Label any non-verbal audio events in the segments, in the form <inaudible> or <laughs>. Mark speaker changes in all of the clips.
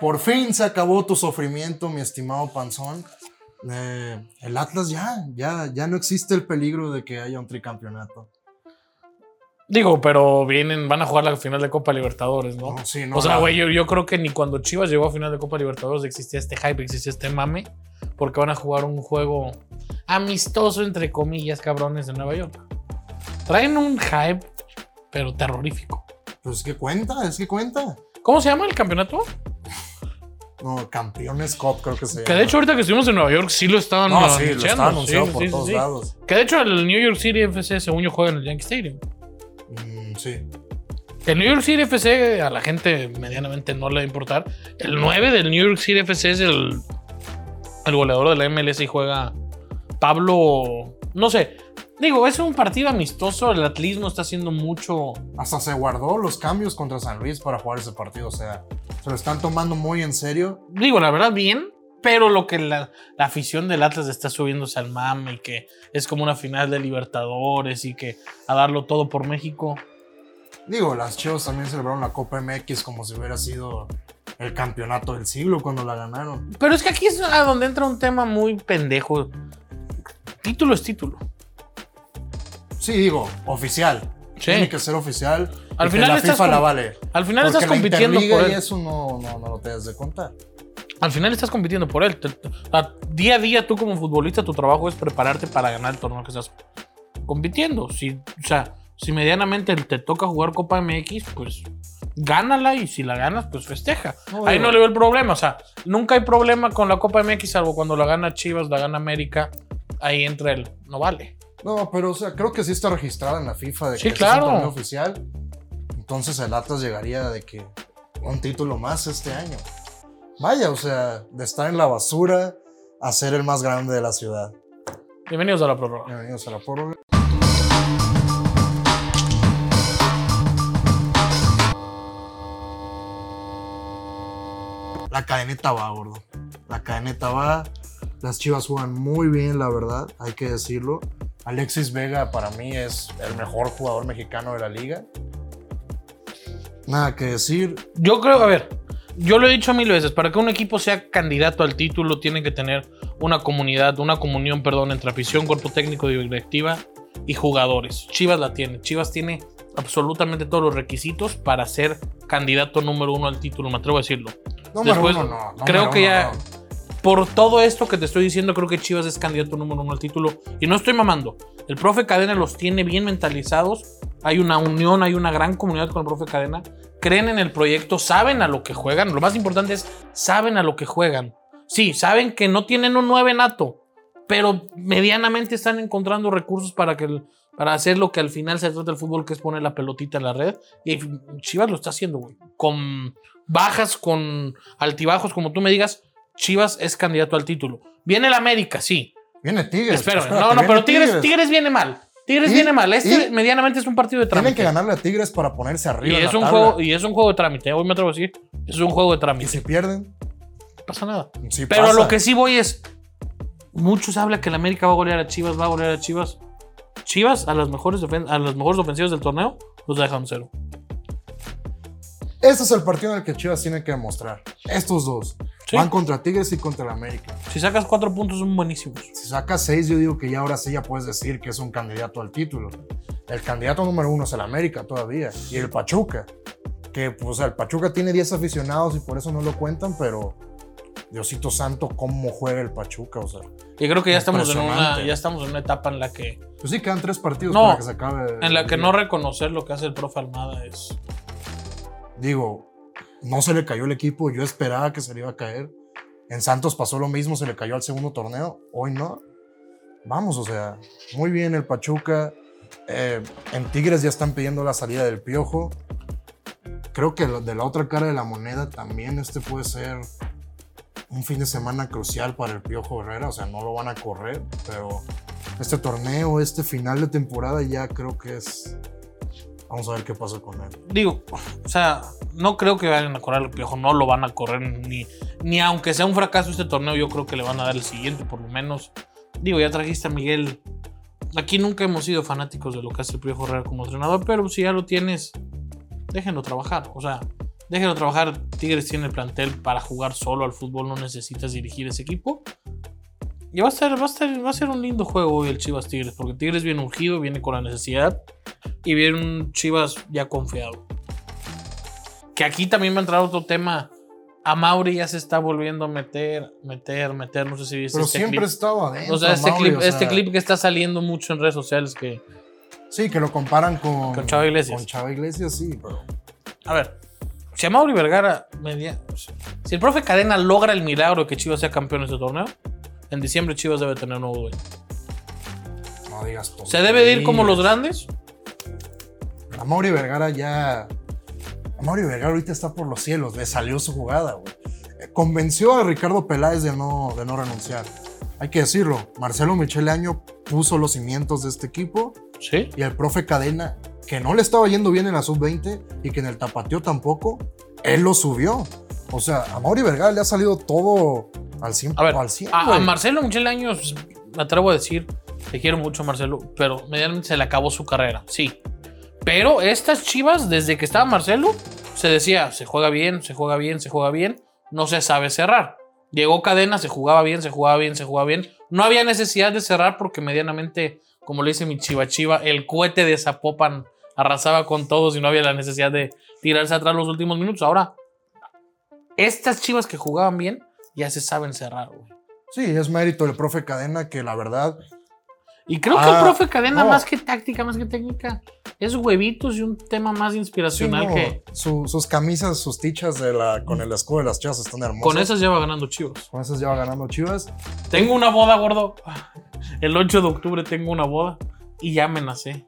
Speaker 1: Por fin se acabó tu sufrimiento, mi estimado Panzón. Eh, el Atlas ya, ya, ya no existe el peligro de que haya un tricampeonato.
Speaker 2: Digo, pero vienen, van a jugar la final de Copa Libertadores, ¿no?
Speaker 1: No, sí, no,
Speaker 2: o sea,
Speaker 1: no.
Speaker 2: güey, yo, yo creo que ni cuando Chivas llegó a final de Copa Libertadores existía este hype, existía este mame, porque van a jugar un juego amistoso, entre comillas, cabrones, en Nueva York. Traen un hype, pero terrorífico.
Speaker 1: Pues es que cuenta, es que cuenta.
Speaker 2: ¿Cómo se llama el campeonato?
Speaker 1: No, Campeones Cup creo que se llama.
Speaker 2: Que de hecho, ahorita que estuvimos en Nueva York, sí lo estaban
Speaker 1: no, sí, lo
Speaker 2: anunciando,
Speaker 1: está anunciado
Speaker 2: sí,
Speaker 1: por
Speaker 2: sí, sí,
Speaker 1: todos
Speaker 2: sí.
Speaker 1: lados.
Speaker 2: Que de hecho, el New York City FC, según yo, juega en el Yankee Stadium.
Speaker 1: Mm, sí.
Speaker 2: El New York City FC a la gente medianamente no le va a importar. El 9 del New York City FC es el, el goleador de la MLS y juega Pablo. No sé. Digo, es un partido amistoso. El atlismo está haciendo mucho.
Speaker 1: Hasta se guardó los cambios contra San Luis para jugar ese partido. O sea, se lo están tomando muy en serio.
Speaker 2: Digo, la verdad, bien. Pero lo que la, la afición del Atlas está subiéndose al mame y que es como una final de Libertadores y que a darlo todo por México.
Speaker 1: Digo, las Chivas también celebraron la Copa MX como si hubiera sido el campeonato del siglo cuando la ganaron.
Speaker 2: Pero es que aquí es a donde entra un tema muy pendejo. Título es título.
Speaker 1: Sí, digo, oficial.
Speaker 2: Sí.
Speaker 1: Tiene que ser oficial.
Speaker 2: Al
Speaker 1: y
Speaker 2: final
Speaker 1: que la
Speaker 2: estás
Speaker 1: FIFA la
Speaker 2: com-
Speaker 1: vale.
Speaker 2: Al final
Speaker 1: Porque
Speaker 2: estás
Speaker 1: la
Speaker 2: compitiendo
Speaker 1: Interliga
Speaker 2: por él.
Speaker 1: y eso no, no, no lo te has de contar.
Speaker 2: Al final estás compitiendo por él. Te- te- a- Día a día, tú como futbolista, tu trabajo es prepararte para ganar el torneo que estás compitiendo. Si, o sea, si medianamente te toca jugar Copa MX, pues gánala y si la ganas, pues festeja.
Speaker 1: No,
Speaker 2: Ahí
Speaker 1: digo-
Speaker 2: no le veo el problema. O sea, nunca hay problema con la Copa MX, salvo cuando la gana Chivas, la gana América. Ahí entra el no vale.
Speaker 1: No, pero o sea, creo que sí está registrada en la FIFA de
Speaker 2: Sí,
Speaker 1: que ese es
Speaker 2: claro.
Speaker 1: un torneo oficial. Entonces el Atlas llegaría de que un título más este año. Vaya, o sea, de estar en la basura a ser el más grande de la ciudad.
Speaker 2: Bienvenidos a la prórroga.
Speaker 1: Bienvenidos a la prórroga. La cadeneta va, gordo. La cadeneta va. Las chivas juegan muy bien, la verdad, hay que decirlo. Alexis Vega para mí es el mejor jugador mexicano de la liga. Nada que decir.
Speaker 2: Yo creo, a ver, yo lo he dicho mil veces, para que un equipo sea candidato al título tiene que tener una comunidad, una comunión, perdón, entre afición, cuerpo técnico, directiva y jugadores. Chivas la tiene. Chivas tiene absolutamente todos los requisitos para ser candidato número uno al título, me atrevo a decirlo.
Speaker 1: Número
Speaker 2: Después,
Speaker 1: uno, no. número
Speaker 2: creo que
Speaker 1: uno,
Speaker 2: ya-
Speaker 1: no.
Speaker 2: Por todo esto que te estoy diciendo, creo que Chivas es candidato número uno al título. Y no estoy mamando. El profe Cadena los tiene bien mentalizados. Hay una unión, hay una gran comunidad con el profe Cadena. Creen en el proyecto, saben a lo que juegan. Lo más importante es, saben a lo que juegan. Sí, saben que no tienen un 9 nato, pero medianamente están encontrando recursos para, que, el- para hacer lo que al final se trata el fútbol, que es poner la pelotita en la red. Y Chivas lo está haciendo, güey. Con bajas, con altibajos, como tú me digas, Chivas es candidato al título. Viene el América, sí.
Speaker 1: Viene Tigres. <laughs>
Speaker 2: Espérame.
Speaker 1: espérate,
Speaker 2: No, no,
Speaker 1: viene
Speaker 2: pero Tigres, Tigres viene mal. Tigres
Speaker 1: ¿Y?
Speaker 2: viene mal. Este
Speaker 1: ¿Y?
Speaker 2: medianamente es un partido de
Speaker 1: Tienen que
Speaker 2: trámite.
Speaker 1: ganarle a Tigres para ponerse
Speaker 2: Y
Speaker 1: arriba. en
Speaker 2: es,
Speaker 1: la
Speaker 2: un
Speaker 1: tabla.
Speaker 2: juego, y es un juego de trámite. eh, Hoy me atrevo a decir, es un juego de
Speaker 1: Y
Speaker 2: trámite.
Speaker 1: si pierden,
Speaker 2: No pasa nada.
Speaker 1: sí
Speaker 2: Pero a
Speaker 1: pasa.
Speaker 2: lo que sí voy es. Muchos hablan que el América va a golear a Chivas, va a golear a Chivas. Chivas, a las mejores, ofen- a las mejores ofensivas del torneo, los dejan cero.
Speaker 1: Este es el partido en el que Chivas tiene que demostrar. Estos dos.
Speaker 2: Sí.
Speaker 1: Van contra Tigres y contra el América.
Speaker 2: Si sacas cuatro puntos, son buenísimos.
Speaker 1: Si sacas seis, yo digo que ya ahora sí ya puedes decir que es un candidato al título. El candidato número uno es el América todavía. Y el Pachuca. Que pues el Pachuca tiene 10 aficionados y por eso no lo cuentan, pero Diosito Santo, cómo juega el Pachuca. O sea,
Speaker 2: Y creo que ya estamos, en una,
Speaker 1: Impresionante.
Speaker 2: ya estamos en una etapa en la que,
Speaker 1: pues sí, quedan tres partidos
Speaker 2: No,
Speaker 1: para que se acabe.
Speaker 2: en la
Speaker 1: el
Speaker 2: que
Speaker 1: día.
Speaker 2: no reconocer lo que hace el profe Almada es.
Speaker 1: Digo, no se le cayó el equipo, yo esperaba que se le iba a caer. En Santos pasó lo mismo, se le cayó al segundo torneo, hoy no. Vamos, o sea, muy bien el Pachuca. Eh, en Tigres ya están pidiendo la salida del Piojo. Creo que lo- de la otra cara de la moneda también este puede ser un fin de semana crucial para el Piojo Herrera, o sea, no lo van a correr, pero este torneo, este final de temporada ya creo que es... Vamos a ver qué pasa con él.
Speaker 2: Digo, o sea, no creo que vayan a correr al piojo, no lo van a correr ni, ni aunque sea un fracaso este torneo, yo creo que le van a dar el siguiente, por lo menos. Digo, ya trajiste a Miguel. Aquí nunca hemos sido fanáticos de lo que hace el Piojo Herrera como entrenador, pero si ya lo tienes, déjenlo trabajar. O sea, Déjenlo trabajar. Tigres tiene el plantel para jugar solo al fútbol. No necesitas dirigir ese equipo. Y va a ser, va a ser, va a ser un lindo juego hoy el Chivas Tigres. Porque Tigres viene ungido, viene con la necesidad. Y viene un Chivas ya confiado. Que aquí también va a entrar otro tema. A Mauri ya se está volviendo a meter, meter, meter. No sé si viste
Speaker 1: Pero
Speaker 2: este
Speaker 1: siempre
Speaker 2: clip.
Speaker 1: estaba adentro.
Speaker 2: O sea, este,
Speaker 1: Mauri,
Speaker 2: clip,
Speaker 1: o sea,
Speaker 2: este clip que está saliendo mucho en redes sociales que...
Speaker 1: Sí, que lo comparan con,
Speaker 2: Con Chava Iglesias.
Speaker 1: Con Chava Iglesias, sí, pero.
Speaker 2: A ver, si a Mauri Vergara... media- si el profe Cadena logra el milagro de que Chivas sea campeón en este torneo, en diciembre Chivas debe tener nuevo dueño.
Speaker 1: No digas todo.
Speaker 2: ¿Se debe de ir como los grandes?
Speaker 1: A Mauri Vergara ya. A Mauri Vergara ahorita está por los cielos, le salió su jugada, güey. Eh, Convenció a Ricardo Peláez de no, de no renunciar. Hay que decirlo, Marcelo Michele Año puso los cimientos de este equipo
Speaker 2: Sí.
Speaker 1: y el profe Cadena, que no le estaba yendo bien en la sub-20 y que en el tapateo tampoco, él lo subió. O sea, a Mauri Vergara le ha salido todo al 100.
Speaker 2: A ver,
Speaker 1: al 100,
Speaker 2: A, a
Speaker 1: güey.
Speaker 2: Marcelo Michel Años, me atrevo a decir, te quiero mucho Marcelo, pero medianamente se le acabó su carrera, sí. Pero estas chivas, desde que estaba Marcelo, se decía, se juega bien, se juega bien, se juega bien, no se sabe cerrar. Llegó Cadena, se jugaba bien, se jugaba bien, se jugaba bien. No había necesidad de cerrar porque medianamente, como le dice mi chiva chiva, el cohete de Zapopan arrasaba con todos y no había la necesidad de tirarse atrás los últimos minutos. Ahora, estas chivas que jugaban bien ya se saben cerrar, güey.
Speaker 1: Sí, es mérito del profe Cadena que la verdad
Speaker 2: Y creo que
Speaker 1: Ah,
Speaker 2: el profe Cadena,
Speaker 1: no.
Speaker 2: más que táctica, más que técnica, es huevitos y un tema más
Speaker 1: Sí,
Speaker 2: inspiracional
Speaker 1: no,
Speaker 2: que
Speaker 1: su- sus camisas, sus tichas de la, con el escudo de las chivas están hermosas.
Speaker 2: con esas lleva ganando chivos.
Speaker 1: Con esas ya va ganando Chivas.
Speaker 2: Tengo una boda, gordo. <laughs> El 8 de octubre tengo una boda y ya amenacé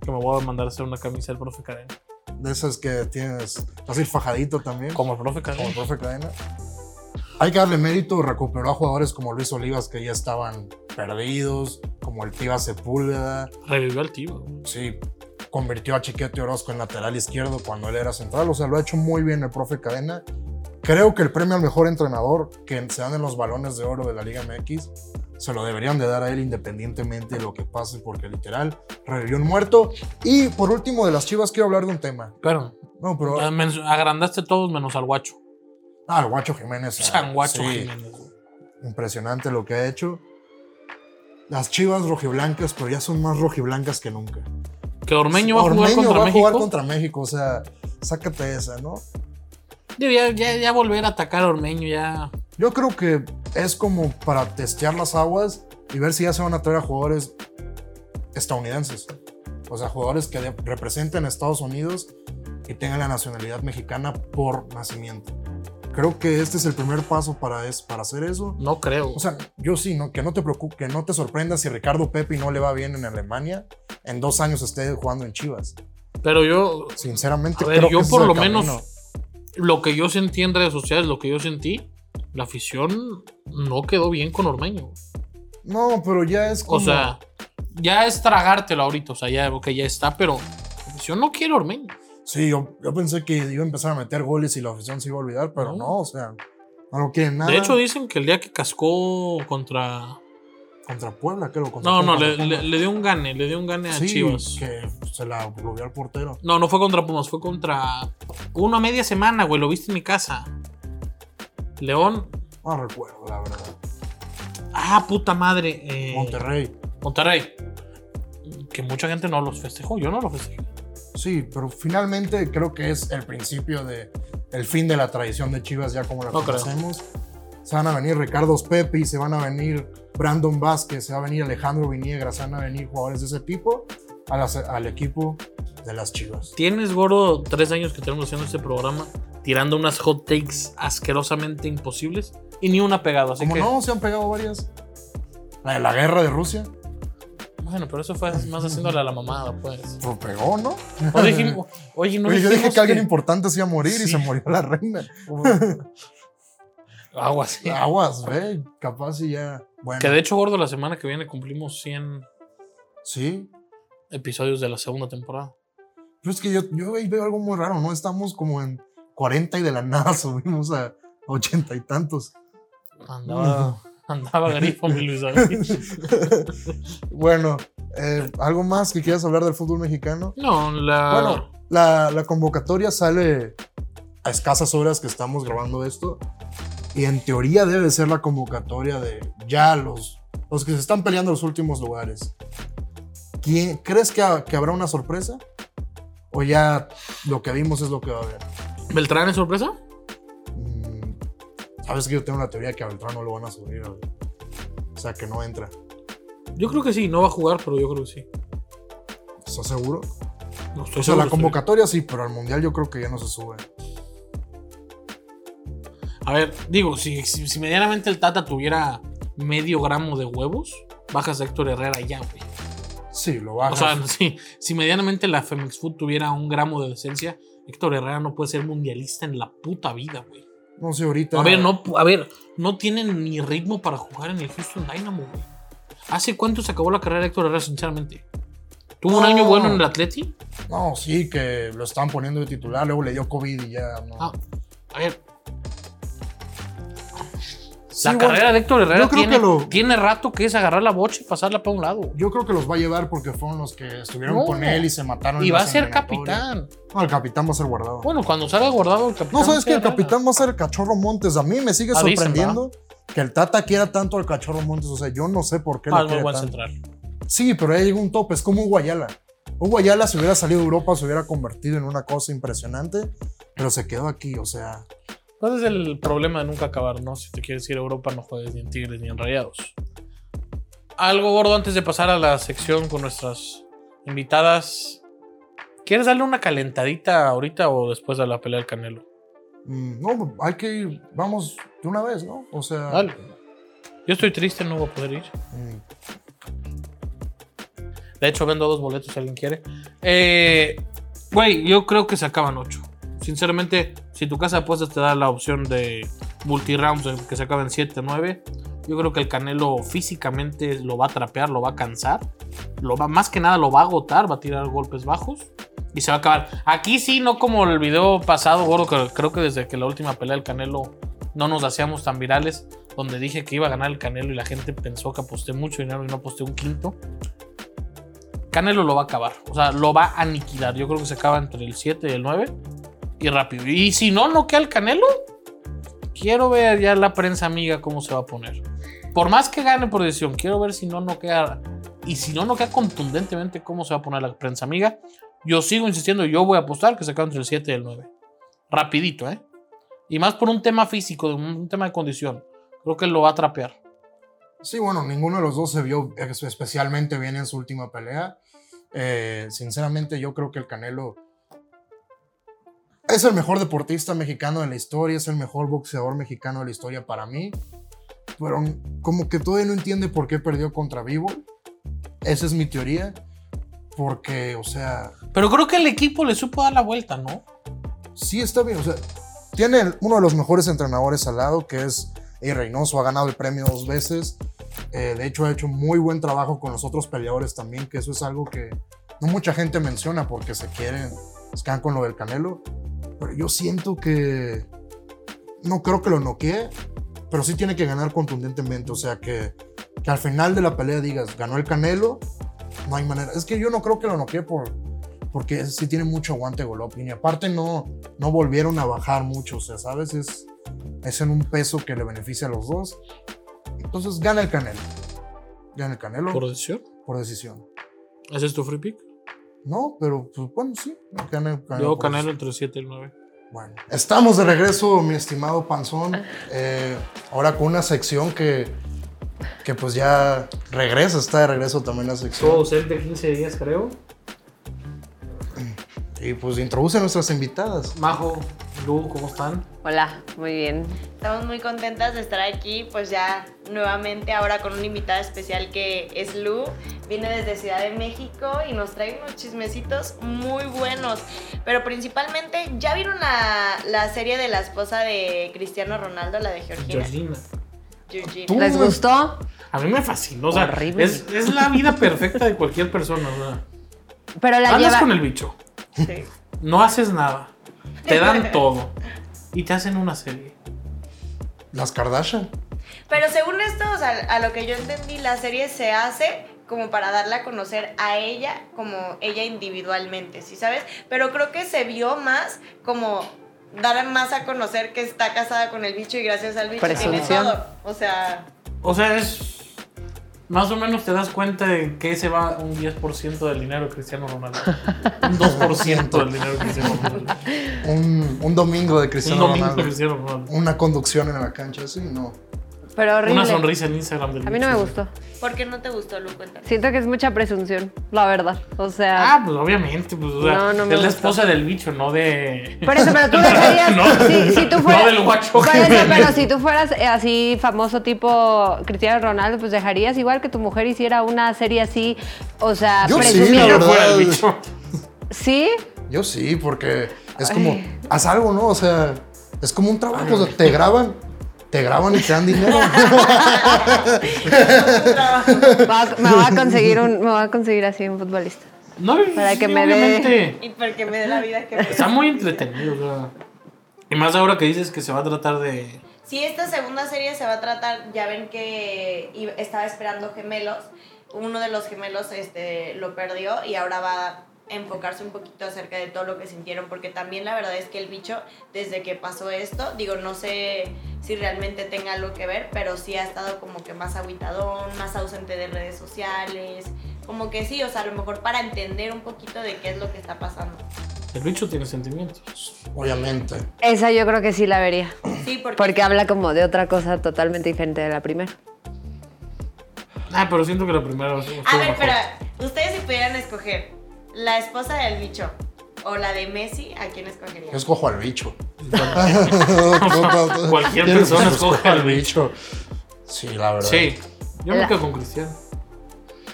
Speaker 2: que me voy a mandar a hacer una camisa del profe Cadena.
Speaker 1: De esas que tienes. Así fajadito también. Como
Speaker 2: Como el profe
Speaker 1: el
Speaker 2: Cadena.
Speaker 1: profe Cadena. Hay que darle mérito. Recuperó a jugadores como Luis Olivas que ya estaban perdidos. Como el Tiva Sepúlveda.
Speaker 2: Revivió al tío.
Speaker 1: Sí. Convirtió a Chiquete Orozco en lateral izquierdo cuando él era central. O sea, lo ha hecho muy bien el profe Cadena. Creo que el premio al mejor entrenador que se dan en los balones de oro de la Liga MX se lo deberían de dar a él independientemente de lo que pase, porque literal revivió un muerto. Y por último, de las chivas, quiero hablar de un tema.
Speaker 2: Pero
Speaker 1: No, pero.
Speaker 2: eh, men- agrandaste todos menos al guacho.
Speaker 1: Ah, el Guacho Jiménez. ah,
Speaker 2: San guacho
Speaker 1: sí,
Speaker 2: Jiménez, güey.
Speaker 1: Impresionante lo que ha hecho. Las chivas rojiblancas, pero ya son más rojiblancas que nunca.
Speaker 2: Que Ormeño va a jugar
Speaker 1: Ormeño
Speaker 2: contra
Speaker 1: va a
Speaker 2: México.
Speaker 1: jugar contra México, o sea, sácate esa, ¿no?
Speaker 2: Digo, Ya, ya, ya volver a atacar a Ormeño, ya.
Speaker 1: Yo creo que es como para testear las aguas y ver si ya se van a traer a jugadores estadounidenses. O sea, jugadores que de- representen a Estados Unidos y tengan la nacionalidad mexicana por nacimiento. Creo que este es el primer paso para, es, para hacer eso.
Speaker 2: No creo.
Speaker 1: O sea, yo sí, ¿no? que no te preocupes, que no te sorprendas si Ricardo Pepi no le va bien en Alemania, en dos años esté jugando en Chivas.
Speaker 2: pero yo,
Speaker 1: Sinceramente,
Speaker 2: A ver,
Speaker 1: creo
Speaker 2: yo
Speaker 1: que ese
Speaker 2: por
Speaker 1: es
Speaker 2: lo
Speaker 1: el camino.
Speaker 2: menos lo que yo sentí en redes sociales, lo que yo sentí, la afición no quedó bien con Ormeño.
Speaker 1: No, pero ya es
Speaker 2: O
Speaker 1: como.
Speaker 2: sea, ya es tragártelo ahorita, o sea, ya, ok, ya está, pero la afición no quiere Ormeño.
Speaker 1: Sí, yo, yo pensé que iba a empezar a meter goles y la afición se iba a olvidar, pero
Speaker 2: No.
Speaker 1: no, o sea, no lo quieren nada.
Speaker 2: De hecho, dicen que el día que cascó contra.
Speaker 1: contra Puebla, creo. Contra
Speaker 2: No,
Speaker 1: Puebla,
Speaker 2: no, le,
Speaker 1: contra
Speaker 2: le-
Speaker 1: Pumas.
Speaker 2: le dio un gane, le dio un gane a
Speaker 1: sí,
Speaker 2: Chivas.
Speaker 1: Que se la bloqueó al portero.
Speaker 2: No, no fue contra Pumas, fue contra. Uno a media semana, güey, lo viste en mi casa. León.
Speaker 1: No recuerdo, la verdad.
Speaker 2: Ah, puta madre. eh,
Speaker 1: Monterrey.
Speaker 2: Monterrey. Que mucha gente no los festejó. Yo no los festejé.
Speaker 1: Sí, pero finalmente creo que es el principio de el fin de la tradición de Chivas ya como la
Speaker 2: No creo.
Speaker 1: conocemos. Se van a venir Ricardo Pepi, se van a venir Brandon Vázquez, se va a venir Alejandro Viniegra, se van a venir jugadores de ese tipo a las- al equipo de las Chivas.
Speaker 2: Tienes, gordo, tres años que tenemos haciendo este programa, tirando unas hot takes asquerosamente imposibles y ni una pegada. Así
Speaker 1: Como
Speaker 2: que.
Speaker 1: no, se han pegado varias. La de la guerra de Rusia,
Speaker 2: Bueno, pero eso fue más haciéndole a la mamada,
Speaker 1: <laughs>
Speaker 2: pues.
Speaker 1: pues pegó, ¿no?
Speaker 2: O dijimos- oye, no
Speaker 1: Oye, yo dije
Speaker 2: dijimos
Speaker 1: que alguien importante se iba a morir y
Speaker 2: Sí.
Speaker 1: se murió la
Speaker 2: <laughs>
Speaker 1: reina. <laughs>
Speaker 2: Agua, sí.
Speaker 1: Aguas, ve, capaz y ya. Bueno,
Speaker 2: Que de hecho, gordo, la semana que viene cumplimos 100
Speaker 1: sí.
Speaker 2: episodios de la segunda temporada.
Speaker 1: Pero es que yo, yo ahí veo algo muy raro, ¿no? Estamos como en 40 y de la nada <laughs> subimos a 80 y tantos. Mm.
Speaker 2: Andaba, andaba grifo, mi Luis David.
Speaker 1: <laughs> Bueno, eh, ¿algo más que quieras hablar del fútbol mexicano?
Speaker 2: No, la.
Speaker 1: Bueno, la, la convocatoria sale a escasas horas que estamos grabando esto. Y en teoría debe ser la convocatoria de ya los, los que se están peleando los últimos lugares. ¿Quién, ¿Crees que, ha- que habrá una sorpresa? ¿O ya lo que vimos es lo que va a haber?
Speaker 2: ¿Beltrán es sorpresa?
Speaker 1: Mm, Sabes que yo tengo la teoría que a Beltrán no lo van a subir. güey. O sea, que no entra.
Speaker 2: Yo creo que sí, no va a jugar, pero yo creo que sí.
Speaker 1: ¿Estás seguro?
Speaker 2: No estoy
Speaker 1: O sea,
Speaker 2: seguro,
Speaker 1: la
Speaker 2: estoy-
Speaker 1: convocatoria sí, pero al mundial yo creo que ya no se sube.
Speaker 2: A ver, digo, si, si, si medianamente el Tata tuviera medio gramo de huevos, bajas a Héctor Herrera ya, güey.
Speaker 1: Sí, lo
Speaker 2: O
Speaker 1: bajas.
Speaker 2: sea, <laughs> si, si medianamente la Femex Food tuviera un gramo de decencia, Héctor Herrera no puede ser mundialista en la puta vida, güey.
Speaker 1: no sé, ahorita.
Speaker 2: A ver, no, pu- a ver, no tienen ni ritmo para jugar en el Houston Dynamo, güey. ¿Hace cuánto se acabó la carrera de Héctor Herrera, sinceramente? ¿Tuvo un
Speaker 1: No.
Speaker 2: año bueno en el Atleti?
Speaker 1: No, sí, que lo estaban poniendo de titular, luego le dio COVID y ya. No.
Speaker 2: Ah, a ver,
Speaker 1: Sí,
Speaker 2: la
Speaker 1: bueno,
Speaker 2: carrera de Héctor Herrera
Speaker 1: yo creo
Speaker 2: tiene,
Speaker 1: que lo-
Speaker 2: tiene rato que es agarrar la bocha y pasarla para un lado. güey.
Speaker 1: Yo creo que los va a llevar porque fueron los que estuvieron
Speaker 2: No.
Speaker 1: con él y se mataron.
Speaker 2: Y
Speaker 1: en
Speaker 2: va a
Speaker 1: las
Speaker 2: ser
Speaker 1: eliminatorias.
Speaker 2: capitán.
Speaker 1: No, el capitán va a ser guardado.
Speaker 2: Bueno, cuando salga guardado el capitán.
Speaker 1: no, ¿sabes que El
Speaker 2: Herrera.
Speaker 1: capitán va a ser el Cachorro Montes. A mí me sigue
Speaker 2: Ah, dicen,
Speaker 1: sorprendiendo que el Tata quiera tanto al Cachorro Montes. O sea, yo no sé por qué
Speaker 2: Ah,
Speaker 1: lo
Speaker 2: es muy
Speaker 1: quiere
Speaker 2: buen
Speaker 1: tanto.
Speaker 2: central.
Speaker 1: Sí, pero ahí llegó un tope. Es como Guayala. Guayala, si hubiera salido de Europa, se hubiera convertido en una cosa impresionante, pero se quedó aquí. O sea,
Speaker 2: ¿Cuál es el problema de nunca acabar, no? Si te quieres ir a Europa, no juegues ni en Tigres ni en Rayados. Algo gordo antes de pasar a la sección con nuestras invitadas. ¿Quieres darle una calentadita ahorita o después de la pelea del Canelo?
Speaker 1: mm, no, hay que ir. Vamos de una vez, ¿no? O sea,
Speaker 2: Dale. Yo estoy triste, no voy a poder ir.
Speaker 1: mm,
Speaker 2: De hecho, vendo dos boletos si alguien quiere. Eh, Güey, yo creo que se acaban ocho. Sinceramente, si tu casa de apuestas te da la opción de multi-rounds en que se acaben 7, 9, yo creo que el Canelo físicamente lo va a trapear, lo va a cansar. Lo va, más que nada lo va a agotar, va a tirar golpes bajos y se va a acabar. Aquí sí, no como el video pasado, gordo, que creo que desde que la última pelea del Canelo no nos hacíamos tan virales, donde dije que iba a ganar el Canelo y la gente pensó que aposté mucho dinero y no aposté un quinto. Canelo lo va a acabar. O sea, lo va a aniquilar. Yo creo que se acaba entre el 7 y el 9. Y rápido. Y si no noquea el Canelo, quiero ver ya la prensa amiga cómo se va a poner. Por más que gane por decisión, quiero ver si no noquea. Y si no noquea contundentemente, cómo se va a poner la prensa amiga. Yo sigo insistiendo, yo voy a apostar que se acaba entre el 7 y el 9. Rapidito, ¿eh? Y más por un tema físico, de un un tema de condición. Creo que lo va a trapear.
Speaker 1: Sí, bueno, ninguno de los dos se vio es- especialmente bien en su última pelea. Eh, sinceramente, yo creo que el Canelo es el mejor deportista mexicano de la historia, es el mejor boxeador mexicano de la historia para mí. Pero como que todavía no entiende por qué perdió contra Vivo. Esa es mi teoría. Porque, o sea,
Speaker 2: Pero creo que el equipo le supo dar la vuelta, ¿no?
Speaker 1: sí está bien. O sea, tiene el- uno de los mejores entrenadores al lado, que es eh, Reynoso, ha ganado el premio dos veces. Eh, de hecho, ha hecho muy buen trabajo con los otros peleadores también, que eso es algo que no mucha gente menciona porque se quieren, se quedan con lo del Canelo. Pero yo siento que no creo que lo noquee, pero sí tiene que ganar contundentemente. O sea, que, que al final de la pelea digas, ganó el Canelo, no hay manera. Es que yo no creo que lo noquee por, porque sí tiene mucho aguante Golovkin. Y aparte no, no volvieron a bajar mucho, o sea, ¿sabes? Es, es en un peso que le beneficia a los dos. Entonces gana el Canelo. Gana el Canelo
Speaker 2: Por
Speaker 1: por,
Speaker 2: decisión.
Speaker 1: decisión.
Speaker 2: ¿Ese es tu free pick?
Speaker 1: No, pero pues bueno, sí. Gana el Canelo.
Speaker 2: Yo
Speaker 1: por
Speaker 2: Canelo
Speaker 1: decisión.
Speaker 2: entre 7 y 9.
Speaker 1: pues, Bueno, estamos de regreso, mi estimado Panzón. Eh, ahora con una sección que, que pues ya regresa, está de regreso también la sección.
Speaker 2: ausente 15 días, creo.
Speaker 1: Y pues introduce a nuestras invitadas.
Speaker 2: Majo, Lu, ¿cómo están?
Speaker 3: Hola, muy bien.
Speaker 4: Estamos muy contentas de estar aquí, pues ya nuevamente ahora con una invitada especial que es Lu. Viene desde Ciudad de México y nos trae unos chismecitos muy buenos. Pero principalmente, ¿ya vieron la, la serie de la esposa de Cristiano Ronaldo, la de Georgina?
Speaker 2: Georgina.
Speaker 4: Georgina.
Speaker 1: Tú,
Speaker 3: ¿Les
Speaker 1: güey.
Speaker 3: gustó?
Speaker 2: A mí me fascinó. O sea,
Speaker 3: Horrible.
Speaker 2: es, es la vida perfecta de cualquier persona. o sea,
Speaker 3: Pero la
Speaker 2: Andas
Speaker 3: lleva.
Speaker 2: con el bicho,
Speaker 4: Sí.
Speaker 2: no haces nada, te dan
Speaker 3: <laughs>
Speaker 2: todo y te hacen una serie.
Speaker 1: Las Kardashian.
Speaker 4: Pero según esto, o sea, a lo que yo entendí, la serie se hace como para darla a conocer a ella, como ella individualmente, ¿sí sabes? Pero creo que se vio más como dar más a conocer que está casada con el bicho y gracias al bicho tiene
Speaker 3: Presunción.
Speaker 4: todo. O sea,
Speaker 2: O sea, es. Más o menos te das cuenta de que se va un 10% del dinero de Cristiano Ronaldo. Un 2% del dinero de Cristiano
Speaker 1: <laughs>
Speaker 2: Ronaldo.
Speaker 1: Un, un domingo de
Speaker 2: Un
Speaker 1: Cristiano
Speaker 2: domingo de
Speaker 1: Ronaldo.
Speaker 2: Cristiano Ronaldo.
Speaker 1: Una conducción en la cancha, sí, no.
Speaker 3: Pero horrible.
Speaker 2: Una sonrisa en Instagram del
Speaker 3: A mí no me
Speaker 2: bicho.
Speaker 3: gustó.
Speaker 4: ¿por qué no te gustó, Lu?
Speaker 2: <laughs>
Speaker 4: Cuéntame.
Speaker 3: Siento que es mucha presunción, la verdad. O sea.
Speaker 2: Ah, pues obviamente. Pues, o sea,
Speaker 3: No, no me
Speaker 2: es la
Speaker 3: gustó.
Speaker 2: esposa del bicho, no de.
Speaker 3: Por eso, <laughs> pero tú dejarías.
Speaker 2: No.
Speaker 3: si, si tú
Speaker 2: No
Speaker 3: fueras.
Speaker 2: del guacho
Speaker 3: Por
Speaker 2: que
Speaker 3: eso, <laughs>
Speaker 2: vende.
Speaker 3: pero si tú fueras eh, así famoso tipo Cristiano Ronaldo, pues dejarías igual que tu mujer hiciera una serie así. O sea,
Speaker 1: Yo sí, la
Speaker 2: <laughs> Si
Speaker 3: presumiendo.
Speaker 2: no
Speaker 1: verdad.
Speaker 2: fuera el bicho.
Speaker 3: ¿Sí?
Speaker 1: Yo sí, porque es como, haz algo, ¿no? O sea, es como un trabajo, o sea, te graban, te graban y te dan dinero. <laughs>
Speaker 3: Me va a- me voy a conseguir un, me voy a conseguir así un futbolista.
Speaker 2: No,
Speaker 3: Para que
Speaker 2: sí,
Speaker 3: me dé-
Speaker 2: obviamente.
Speaker 4: Y porque me dé la vida que me
Speaker 2: Está
Speaker 4: <laughs>
Speaker 2: muy entretenido, o sea. Y más ahora que dices que se va a tratar de.
Speaker 4: Sí, esta segunda serie se va a tratar, ya ven que i- estaba esperando gemelos, uno de los gemelos este, lo perdió y ahora va a enfocarse un poquito acerca de todo lo que sintieron, porque también la verdad es que el bicho, desde que pasó esto, digo, no sé si realmente tenga algo que ver, pero sí ha estado como que más aguitadón, más ausente de redes sociales, como que sí, o sea, a lo mejor para entender un poquito de qué es lo que está pasando.
Speaker 2: El bicho tiene sentimientos.
Speaker 1: Obviamente.
Speaker 3: Esa yo creo que sí la vería.
Speaker 4: Sí, porque...
Speaker 3: Porque habla como de otra cosa totalmente diferente de la primera.
Speaker 2: Ah, pero siento que la primera vez.
Speaker 4: A
Speaker 2: estuvo
Speaker 4: ver,
Speaker 2: mejor.
Speaker 1: <laughs>
Speaker 4: pero ustedes si pudieran escoger la esposa del bicho o la de Messi, ¿a quién escogerían?
Speaker 1: Yo escojo al bicho.
Speaker 2: <laughs> Cualquier
Speaker 1: Yo
Speaker 2: persona
Speaker 1: escojo
Speaker 2: escoge al bicho.
Speaker 1: Sí, la verdad.
Speaker 2: Sí. Yo
Speaker 3: La-
Speaker 2: me quedo con Cristiano.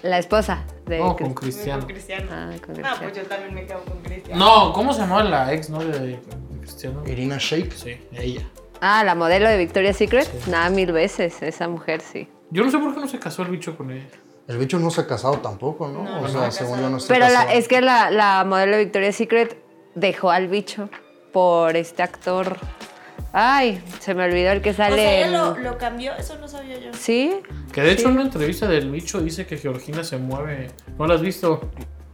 Speaker 3: La esposa de
Speaker 1: Oh,
Speaker 2: No,
Speaker 3: Cris-
Speaker 2: con Cristiano.
Speaker 4: Con Cristiano.
Speaker 3: Ah, con
Speaker 4: No, pues
Speaker 3: Cristiano.
Speaker 4: yo también me quedo con Cristiano.
Speaker 2: No, ¿cómo se llamaba la ex novia de, de Cristiano?
Speaker 1: Irina Shake.
Speaker 2: Sí, ella.
Speaker 3: Ah, la modelo de Victoria's Secret. Nada, mil veces. Esa mujer sí.
Speaker 2: Yo no sé por qué no se casó el bicho con ella.
Speaker 1: El bicho no se ha casado tampoco, ¿no?
Speaker 4: No,
Speaker 1: o
Speaker 4: no
Speaker 1: sea,
Speaker 4: se ha
Speaker 1: según
Speaker 4: casado.
Speaker 1: yo no está
Speaker 3: Pero la-
Speaker 1: casado.
Speaker 3: es que la, la modelo de Victoria's Secret dejó al bicho por este actor. Ay, se me olvidó el que
Speaker 4: O
Speaker 3: sale.
Speaker 4: sea, ella
Speaker 3: en-
Speaker 4: lo, lo cambió, eso no sabía yo.
Speaker 3: Sí,
Speaker 2: Que de hecho en una entrevista del bicho dice que Georgina se mueve. ¿No la has visto?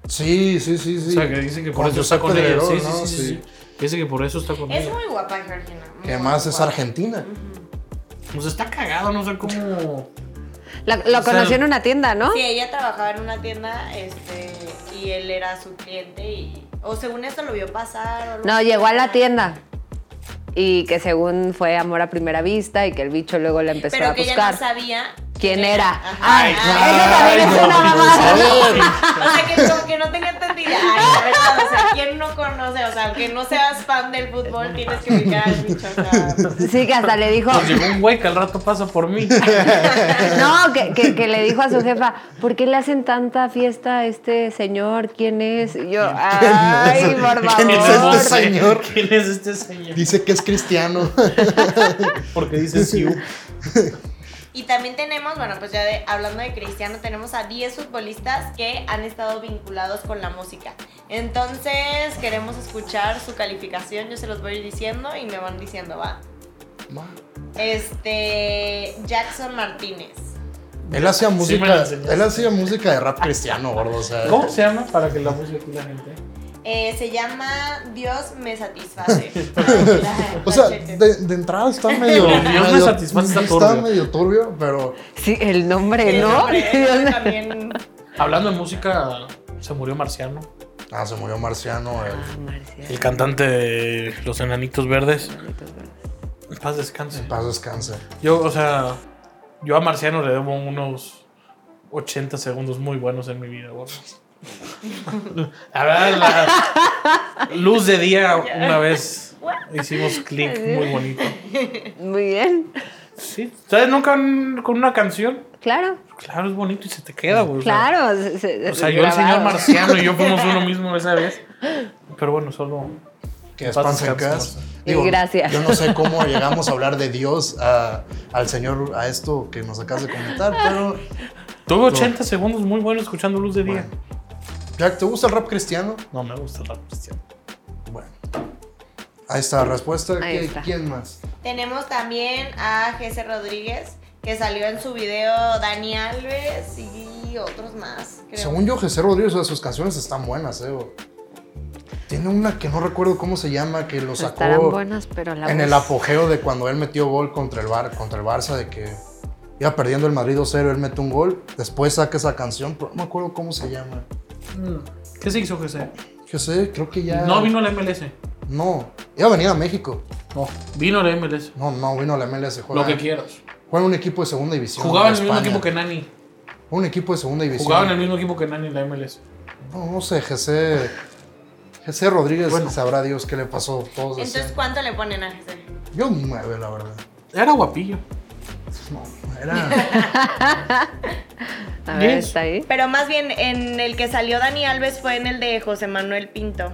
Speaker 1: Sí, sí, sí, sí.
Speaker 2: O sea, que dicen que por
Speaker 1: Con
Speaker 2: eso está
Speaker 1: Josep
Speaker 2: con ella.
Speaker 1: Pedrerol,
Speaker 2: Sí, sí,
Speaker 1: ¿no?
Speaker 2: sí, sí,
Speaker 1: Sí.
Speaker 2: sí. Dice que por eso está con
Speaker 4: Es
Speaker 2: ella.
Speaker 4: muy guapa Georgina. muy
Speaker 1: Que además es
Speaker 4: guapa.
Speaker 1: argentina.
Speaker 2: Pues está cagado, no sé cómo.
Speaker 3: la- lo
Speaker 2: O sea,
Speaker 3: conoció en una tienda, ¿no?
Speaker 4: Sí, ella trabajaba en una tienda este, y él era su cliente y... O según esto lo vio pasar. o algo
Speaker 3: No,
Speaker 4: así.
Speaker 3: llegó a la tienda. Y que según fue amor a primera vista y que el bicho luego la empezó
Speaker 4: Pero
Speaker 3: a
Speaker 4: que ella
Speaker 3: buscar.
Speaker 4: no sabía...
Speaker 3: ¿Quién era?
Speaker 4: Ajá.
Speaker 3: Ay,
Speaker 4: Ay,
Speaker 3: eso también es una mamada.
Speaker 4: O sea, que como que no tenga entendida. Ay, la verdad, o sea, ¿quién no conoce? O sea, aunque no seas fan del fútbol, tienes que ubicar al bicho. O sea,
Speaker 3: Sí, que hasta le dijo,
Speaker 2: Pues llegó un güey que al rato pasa por mí.
Speaker 3: <laughs> no, que, que- que le dijo a su jefa, ¿por qué le hacen tanta fiesta a este señor? ¿Quién es? Y yo,
Speaker 4: <laughs>
Speaker 3: ay, por
Speaker 1: ¿Quién es
Speaker 3: favor.
Speaker 1: ese señor?
Speaker 2: este ¿Quién es este señor?
Speaker 1: Dice que es cristiano. <laughs>
Speaker 2: Porque dice Siu.
Speaker 4: Y también tenemos, bueno, pues ya de- hablando de Cristiano, tenemos a 10 futbolistas que han estado vinculados con la música. Entonces, queremos escuchar su calificación. Yo se los voy a ir diciendo y me van diciendo, va. Este. Jackson Martínez.
Speaker 1: Él hacía
Speaker 2: Sí me la
Speaker 1: música,
Speaker 2: enseñaste.
Speaker 1: él hacía música de rap cristiano, gordo, o sea.
Speaker 2: ¿Cómo se llama para que la música aquí la gente?
Speaker 4: Eh, se llama Dios me satisface.
Speaker 1: <laughs> O sea, de, de entrada está medio.
Speaker 2: Dios me
Speaker 1: medio-
Speaker 2: satisface, está turbio.
Speaker 1: medio turbio, pero
Speaker 3: Sí, el nombre,
Speaker 4: El
Speaker 3: ¿no?
Speaker 4: nombre, el
Speaker 3: Dios
Speaker 4: nombre
Speaker 3: me-
Speaker 4: también.
Speaker 2: Hablando de música, se murió Marciano.
Speaker 1: ah, se murió Marciano. el-
Speaker 3: Ah, Marcial,
Speaker 2: El cantante de Los Enanitos Verdes. En paz descanse.
Speaker 1: Paz descanse.
Speaker 2: Yo, o sea, yo a Marciano le debo unos 80 segundos muy buenos en mi vida, gordo. La verdad, la luz de día una vez hicimos clic muy bonito.
Speaker 3: <laughs> Muy bien,
Speaker 2: Sí, ¿sabes? Nunca han- con una canción.
Speaker 3: claro,
Speaker 2: Claro, es bonito y se te queda, güey. o sea,
Speaker 3: claro. se- se-
Speaker 2: O sea, yo, el
Speaker 3: grabado.
Speaker 2: señor Marciano y yo fuimos uno mismo esa vez. Pero bueno, solo.
Speaker 1: Que es
Speaker 2: Paz
Speaker 1: pan en
Speaker 2: descanse,
Speaker 1: paz.
Speaker 3: Y gracias.
Speaker 1: Yo no sé cómo llegamos a hablar de Dios a- al Señor, a esto que nos acabas de comentar, pero.
Speaker 2: Tuve 80 segundos muy buenos escuchando Luz de Día.
Speaker 1: Bueno. Jack, ¿te gusta el rap cristiano?
Speaker 2: No me gusta la cuestión.
Speaker 1: Bueno. Ahí está la respuesta.
Speaker 3: Ahí
Speaker 1: ¿Qué-
Speaker 3: está.
Speaker 1: ¿Quién más?
Speaker 4: Tenemos también a Jesse Rodríguez, que salió en su video Dani Alves y otros más. creo.
Speaker 1: Según yo, José Rodríguez, o sea, sus canciones están buenas, ¿eh? o- Tiene una que no recuerdo cómo se llama, que lo sacó
Speaker 3: Pues Estarán buenas, pero la
Speaker 1: en el
Speaker 3: voz-
Speaker 1: apogeo de cuando él metió gol contra el, Bar, contra el Barça, de que iba perdiendo el Madrid 2-0, él metió un gol, después saca esa canción, pero no me acuerdo cómo se llama.
Speaker 2: Mm. ¿Qué se hizo, José?
Speaker 1: Yo sé, creo que ya...
Speaker 2: No vino a la MLS.
Speaker 1: No, iba a venir a México.
Speaker 2: No, vino a la MLS.
Speaker 1: No, no, vino a la MLS. Juega,
Speaker 2: Lo que quieras.
Speaker 1: juega en un equipo de segunda división.
Speaker 2: Jugaba en
Speaker 1: de
Speaker 2: el mismo
Speaker 1: España.
Speaker 2: equipo que Nani.
Speaker 1: Un equipo de segunda división.
Speaker 2: Jugaba en el mismo equipo que Nani en la MLS.
Speaker 1: No, no sé, GC... GC Rodríguez,
Speaker 2: Bueno.
Speaker 1: sabrá Dios qué le pasó. Todos
Speaker 4: Entonces,
Speaker 3: ¿eh?
Speaker 1: decían.
Speaker 4: ¿cuánto le ponen a José?
Speaker 1: Yo un 9, la verdad.
Speaker 2: Era guapillo.
Speaker 1: No, era...
Speaker 3: A ver,
Speaker 2: Yes.
Speaker 3: está ahí.
Speaker 4: Pero más bien, en el que salió Dani Alves fue en el de José Manuel Pinto.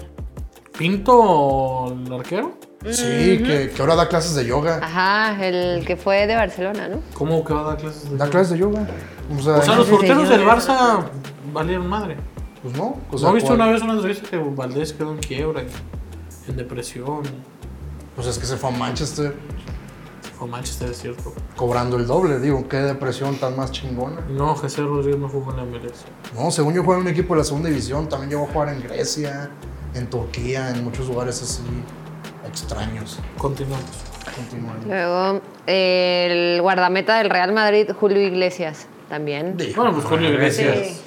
Speaker 2: Pinto el arquero.
Speaker 1: sí, que, que ahora da clases de yoga.
Speaker 3: Ah. Ajá, el que fue de Barcelona, ¿no?
Speaker 2: ¿Cómo que va a dar clases de
Speaker 1: Da clases de yoga. O sea,
Speaker 2: O sea, Pues, los
Speaker 3: Sí,
Speaker 2: porteros
Speaker 3: señor.
Speaker 2: del Barça valieron madre.
Speaker 1: pues no. o sea,
Speaker 2: ¿No viste
Speaker 1: cual-
Speaker 2: una vez una entrevista que Valdés quedó en quiebra, y en depresión? y
Speaker 1: Pues es que se fue a Manchester
Speaker 2: se Fue a Manchester, es cierto.
Speaker 1: cobrando el doble. Digo, qué depresión tan más chingona.
Speaker 2: No, José Rodríguez no jugó en la MLS.
Speaker 1: No, según yo juega en un equipo de la segunda división. También llegó a jugar en Grecia, en Turquía, en muchos lugares así extraños.
Speaker 2: Continuamos.
Speaker 1: Continúan.
Speaker 3: Luego, el guardameta del Real Madrid, Julio Iglesias, también.
Speaker 1: Digo,
Speaker 2: Bueno, pues Julio Iglesias.
Speaker 4: Sí.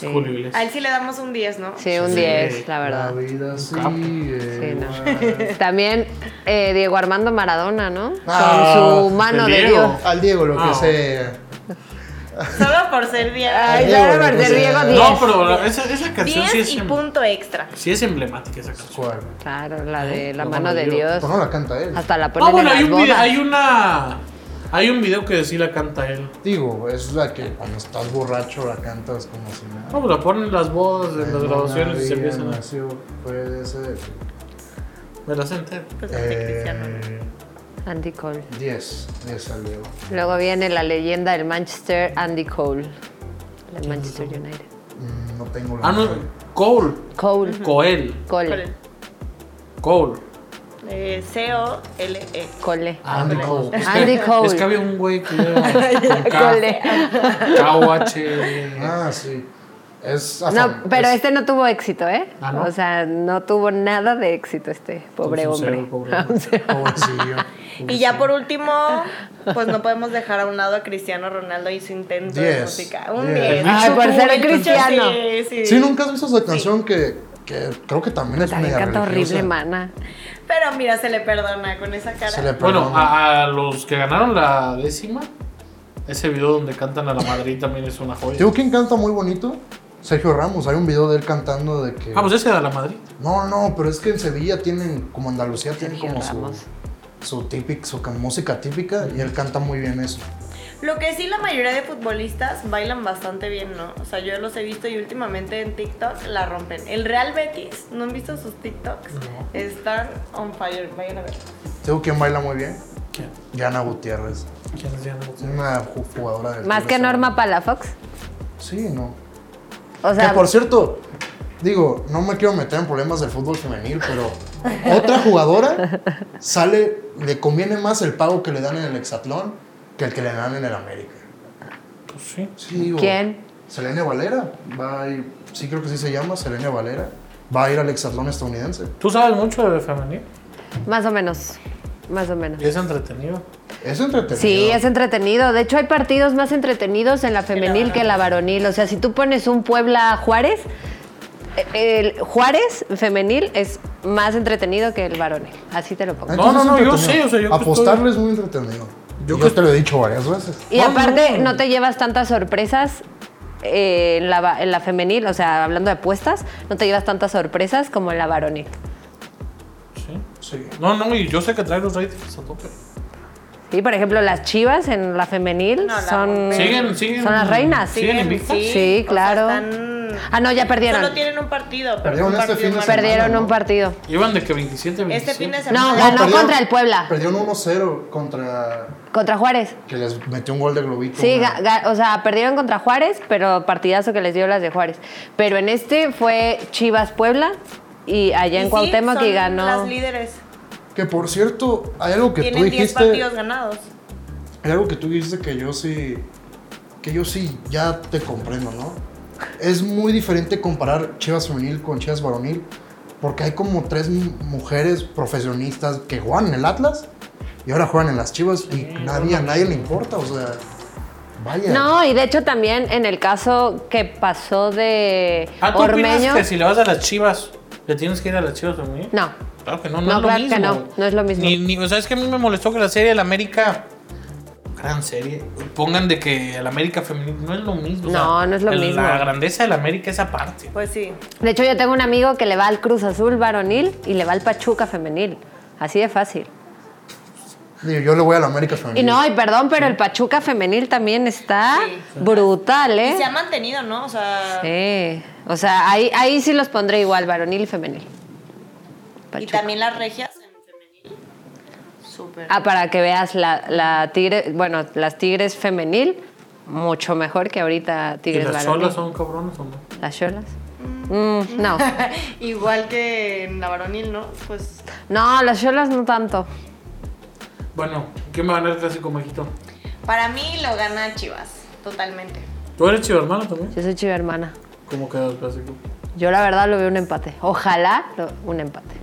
Speaker 3: Sí,
Speaker 2: Julio
Speaker 4: A
Speaker 2: Iglesias.
Speaker 4: él sí le damos un 10, ¿no?
Speaker 3: Sí, un
Speaker 2: Sí. Ah,
Speaker 3: 10, la
Speaker 1: La
Speaker 3: verdad.
Speaker 1: vida eh,
Speaker 2: capo.
Speaker 1: sigue.
Speaker 3: Sí, no.
Speaker 1: igual.
Speaker 3: También eh, Diego Armando Maradona, ¿no?
Speaker 1: Ah,
Speaker 3: Con su mano
Speaker 2: el
Speaker 3: de
Speaker 2: Diego.
Speaker 3: Dios.
Speaker 1: Al Diego lo
Speaker 2: Ah.
Speaker 1: que sea.
Speaker 4: Solo por ser 10.
Speaker 3: Ay,
Speaker 1: Diego,
Speaker 3: claro,
Speaker 1: lo que
Speaker 3: Marcel
Speaker 1: sea.
Speaker 3: Diego
Speaker 2: pues No,
Speaker 3: 10.
Speaker 2: pero la- esa, esa canción sí
Speaker 4: 10
Speaker 2: es,
Speaker 4: y
Speaker 2: em-
Speaker 4: punto extra.
Speaker 2: sí es emblemática esa canción.
Speaker 1: ¿Cuál?
Speaker 3: Claro, la de la
Speaker 2: La
Speaker 3: mano de Dios.
Speaker 1: Pero no la canta él.
Speaker 3: Hasta la
Speaker 2: Ah,
Speaker 3: ponen en
Speaker 2: bueno, hay
Speaker 3: las
Speaker 2: un, video,
Speaker 3: bodas.
Speaker 2: hay una. Hay un video que sí la canta él.
Speaker 1: Digo, es la que cuando estás borracho la cantas como si nada.
Speaker 2: No, pues la ponen en las bodas, en las
Speaker 1: Una
Speaker 2: grabaciones y se
Speaker 1: vida
Speaker 2: empiezan a.
Speaker 1: nació, puede ser.
Speaker 2: Me las entero.
Speaker 4: Pues este Cristiano.
Speaker 1: Eh,
Speaker 3: Andy Cole.
Speaker 1: 10, 10 al Diego.
Speaker 3: Luego viene la leyenda del Manchester, Andy Cole. Del Manchester United.
Speaker 1: Mm, No tengo la
Speaker 2: Ah, no,
Speaker 1: memoria.
Speaker 2: Cole.
Speaker 3: Cole.
Speaker 2: Coel.
Speaker 3: Cole.
Speaker 2: Cole.
Speaker 4: Eh, C-O-L-E.
Speaker 3: Cole.
Speaker 2: Andy Cole. Es que-
Speaker 3: <laughs> Andy Cole.
Speaker 2: Es que había un güey
Speaker 3: <laughs>
Speaker 2: que era. <laughs>
Speaker 3: Cole.
Speaker 2: KOH.
Speaker 1: Ah, sí. Es afam-
Speaker 3: No, pero
Speaker 1: es-
Speaker 3: este no tuvo éxito, ¿eh?
Speaker 2: Ah, ¿no?
Speaker 3: O sea, no tuvo nada de éxito este pobre
Speaker 2: Entonces, un
Speaker 3: hombre.
Speaker 2: cero, pobre hombre.
Speaker 1: <laughs>
Speaker 3: Un cero. <laughs>
Speaker 1: Pobrecillo.
Speaker 4: Y ya por último, pues no podemos dejar a un lado a Cristiano Ronaldo y su intento de
Speaker 1: Diez,
Speaker 4: música. Un
Speaker 1: diez.
Speaker 4: 10.
Speaker 3: Ay, por ser cristiano.
Speaker 4: Sí, sí.
Speaker 1: Sí, nunca has visto esa canción que, que creo que también es
Speaker 3: También
Speaker 1: media
Speaker 3: canta
Speaker 1: religiosa.
Speaker 3: horrible, mana.
Speaker 4: Pero mira, se le perdona con esa cara.
Speaker 1: Se le perdona.
Speaker 2: Bueno, a, a los que ganaron la décima, ese video donde cantan a la Madrid también es una joya.
Speaker 1: Digo, ¿quién canta muy bonito? Sergio Ramos. Hay un video de él cantando de que...
Speaker 2: Ah, pues ese de la Madrid.
Speaker 1: No, no, pero es que en Sevilla tienen, como Andalucía, tienen
Speaker 3: Sergio
Speaker 1: como su,
Speaker 3: Ramos.
Speaker 1: su, típic- su can- música típica y él canta muy bien eso.
Speaker 4: Lo que sí, la mayoría de futbolistas bailan bastante bien, ¿no? O sea, yo los he visto y últimamente en TikTok la rompen. El Real Betis, ¿no han visto sus TikToks? Están on fire, vayan a ver.
Speaker 1: Digo, ¿quién baila muy bien?
Speaker 2: ¿Quién?
Speaker 1: Yana Gutiérrez.
Speaker 2: ¿Quién es Diana Gutiérrez?
Speaker 1: Una ju- jugadora del
Speaker 3: Más
Speaker 1: Tigres
Speaker 3: que
Speaker 1: ahora.
Speaker 3: Norma Palafox.
Speaker 1: Sí, no.
Speaker 3: O sea,
Speaker 1: que por cierto, digo, no me quiero meter en problemas del fútbol femenil, pero
Speaker 3: <laughs>
Speaker 1: otra jugadora sale, le conviene más el pago que le dan en el hexatlón que el que le dan en el América.
Speaker 2: Pues sí.
Speaker 1: Sí, digo,
Speaker 3: ¿Quién?
Speaker 1: Selene Valera. Va a ir- sí, creo que sí se llama Selene Valera. Va a ir al hexatlón estadounidense.
Speaker 2: Tú sabes mucho de femenil
Speaker 3: más o menos. Más o menos.
Speaker 2: y es entretenido.
Speaker 1: Es entretenido.
Speaker 3: Sí, es entretenido. De hecho, hay partidos más entretenidos en la femenil que en la varonil. O sea, si tú pones un Puebla Juárez, eh, el Juárez femenil es más entretenido que el varonil. Así te lo pongo.
Speaker 1: Entonces,
Speaker 2: No, no,
Speaker 1: es
Speaker 2: no, yo
Speaker 1: entretenido.
Speaker 2: sé, o sea, yo que
Speaker 1: Apostarle es muy entretenido.
Speaker 2: Yo
Speaker 1: Yo,
Speaker 2: que-
Speaker 1: te lo he dicho varias veces.
Speaker 3: Y
Speaker 2: No,
Speaker 3: aparte,
Speaker 2: no.
Speaker 3: no te llevas tantas sorpresas eh, en, la, va- en la femenil, o sea, hablando de apuestas, no te llevas tantas sorpresas como en la varonil.
Speaker 2: Sí.
Speaker 1: Sí.
Speaker 2: No, no, y yo sé que trae los ratings a tope.
Speaker 3: Y por ejemplo, las chivas en la femenil
Speaker 4: No, la
Speaker 3: son,
Speaker 4: rompen.
Speaker 2: Siguen, siguen.
Speaker 3: son las reinas.
Speaker 2: Siguen invictas.
Speaker 3: Sí, claro.
Speaker 4: o sea, están-
Speaker 3: Ah, no, ya perdieron.
Speaker 4: Solo tienen un partido. pero
Speaker 1: Perdieron
Speaker 4: un
Speaker 1: este
Speaker 4: partido
Speaker 1: fin de
Speaker 4: más.
Speaker 1: semana.
Speaker 3: Perdieron
Speaker 1: ¿no?
Speaker 3: un partido.
Speaker 2: Iban de que 27, 27.
Speaker 4: Este fin de
Speaker 3: No,
Speaker 4: semana.
Speaker 3: ganó
Speaker 1: perdieron-
Speaker 3: contra el Puebla,
Speaker 1: Perdieron 1-0 contra
Speaker 3: contra Juárez.
Speaker 1: que les metió un gol de globito.
Speaker 3: Sí,
Speaker 1: una-
Speaker 3: ga- ga- o sea, perdieron contra Juárez, pero partidazo que les dio las de Juárez. Pero en este fue Chivas Puebla y allá
Speaker 4: Y
Speaker 3: en
Speaker 4: sí,
Speaker 3: Cuauhtémoc y
Speaker 4: son
Speaker 3: ganó.
Speaker 4: Las líderes
Speaker 1: Que por cierto, hay algo que tú
Speaker 4: tienen 10
Speaker 1: dijiste.
Speaker 4: partidos ganados.
Speaker 1: Hay algo que tú dijiste que yo sí. Que yo sí ya te comprendo, ¿no? Es muy diferente comparar Chivas femenil con Chivas varonil. Porque hay como tres mu- mujeres profesionistas que juegan en el Atlas y ahora juegan en las Chivas y nadie, a nadie le importa, o sea, vaya.
Speaker 3: No, y de hecho también en el caso que pasó de
Speaker 2: Ah, ¿tú
Speaker 3: Ormeño.
Speaker 2: opinas que si le vas a las chivas, le tienes que ir a las chivas también?
Speaker 3: No.
Speaker 2: Claro que no, no,
Speaker 3: No,
Speaker 2: es lo
Speaker 3: claro
Speaker 2: mismo.
Speaker 3: que no, no es lo mismo.
Speaker 2: Ni, ni- o sea, es que a mí me molestó que la serie del América, gran serie, pongan de que el América femenil no es lo mismo. o sea,
Speaker 3: No, no es lo
Speaker 2: el-
Speaker 3: mismo.
Speaker 2: La grandeza del América es aparte.
Speaker 4: Pues sí.
Speaker 3: De hecho, yo tengo un amigo que le va al Cruz Azul varonil y le va al Pachuca femenil. Así de fácil.
Speaker 1: Digo, yo le voy a la América Femenil.
Speaker 3: Y no, y perdón, pero el Pachuca femenil también está
Speaker 4: Sí.
Speaker 3: brutal,
Speaker 4: Y se ha
Speaker 3: ¿eh?
Speaker 4: mantenido, ¿no? O sea,
Speaker 3: Sí. O sea, ahí, ahí sí los pondré igual, varonil y femenil.
Speaker 4: y
Speaker 3: Pachuca.
Speaker 4: también las regias en femenil. Súper.
Speaker 3: Ah, para que veas la, la tigre, bueno, las tigres femenil, mucho mejor que ahorita
Speaker 2: ¿Y
Speaker 3: tigres
Speaker 2: las
Speaker 3: varonil.
Speaker 2: solas son cabrones o no?
Speaker 3: ¿Las cholas? Mm, no.
Speaker 4: <laughs> Igual que en la varonil, ¿no? Pues
Speaker 3: No, las cholas no tanto.
Speaker 2: Bueno, ¿quién va a ganar el clásico México?
Speaker 4: para mí lo gana Chivas, totalmente.
Speaker 2: ¿Tú eres chivermano también?
Speaker 3: Yo soy chiva hermana.
Speaker 2: ¿Cómo queda el clásico?
Speaker 3: Yo la verdad lo veo un empate. Ojalá lo- un empate.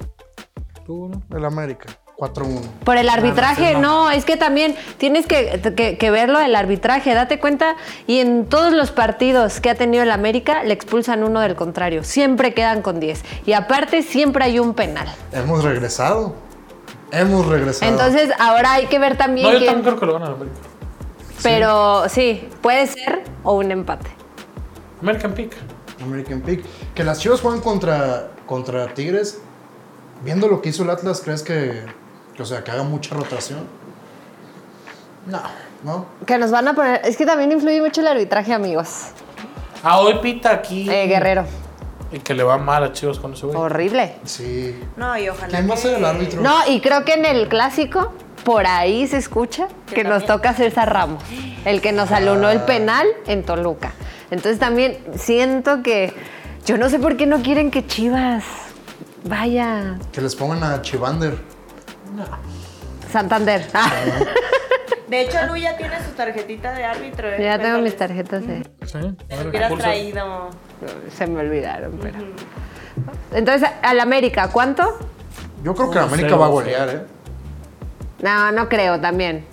Speaker 2: ¿Tú, no?
Speaker 1: El América, 4-1.
Speaker 3: Por el arbitraje,
Speaker 2: no.
Speaker 3: no. es que también tienes que, que- que verlo el arbitraje. Date cuenta, y en todos los partidos que ha tenido el América, le expulsan uno del contrario. Siempre quedan con 10. Y aparte, siempre hay un penal.
Speaker 1: Hemos regresado. Hemos regresado.
Speaker 3: Entonces, ahora hay que ver también.
Speaker 2: No, yo
Speaker 3: quién-
Speaker 2: también creo que lo gana el América.
Speaker 3: Pero sí, puede ser o un empate.
Speaker 2: American Pick.
Speaker 1: American Pick. Que las Chivas juegan contra, contra Tigres. Viendo lo que hizo el Atlas, ¿crees que, que, o sea, que haga mucha rotación? No. ¿No?
Speaker 3: Que nos van a poner. Es que también influye mucho el arbitraje, amigos.
Speaker 2: Ah, hoy pita aquí.
Speaker 3: Eh, Guerrero.
Speaker 2: Y que le va mal a Chivas con ese güey.
Speaker 3: Horrible.
Speaker 1: Sí.
Speaker 4: No, y ojalá.
Speaker 1: ¿Quién va a
Speaker 4: que-
Speaker 1: ser el árbitro?
Speaker 3: No, y creo que en el clásico, por ahí se escucha que nos toca César Ramos, el que nos alunó el penal en Toluca. Entonces también siento que. Yo no sé por qué no quieren que Chivas vaya.
Speaker 1: Que les pongan a Chivander.
Speaker 3: Santander. <laughs> Ah,
Speaker 4: De hecho, Lu ya tiene su tarjetita de árbitro. ¿eh?
Speaker 3: yo ya tengo
Speaker 4: Cuéntale.
Speaker 3: mis tarjetas de.
Speaker 2: Sí.
Speaker 4: Te lo hubieras traído.
Speaker 3: Se me olvidaron, pero. Entonces, al América, ¿cuánto?
Speaker 1: Yo creo que la
Speaker 2: Uno,
Speaker 1: América
Speaker 2: cero,
Speaker 1: va a golear, ¿eh?
Speaker 3: No, no creo también.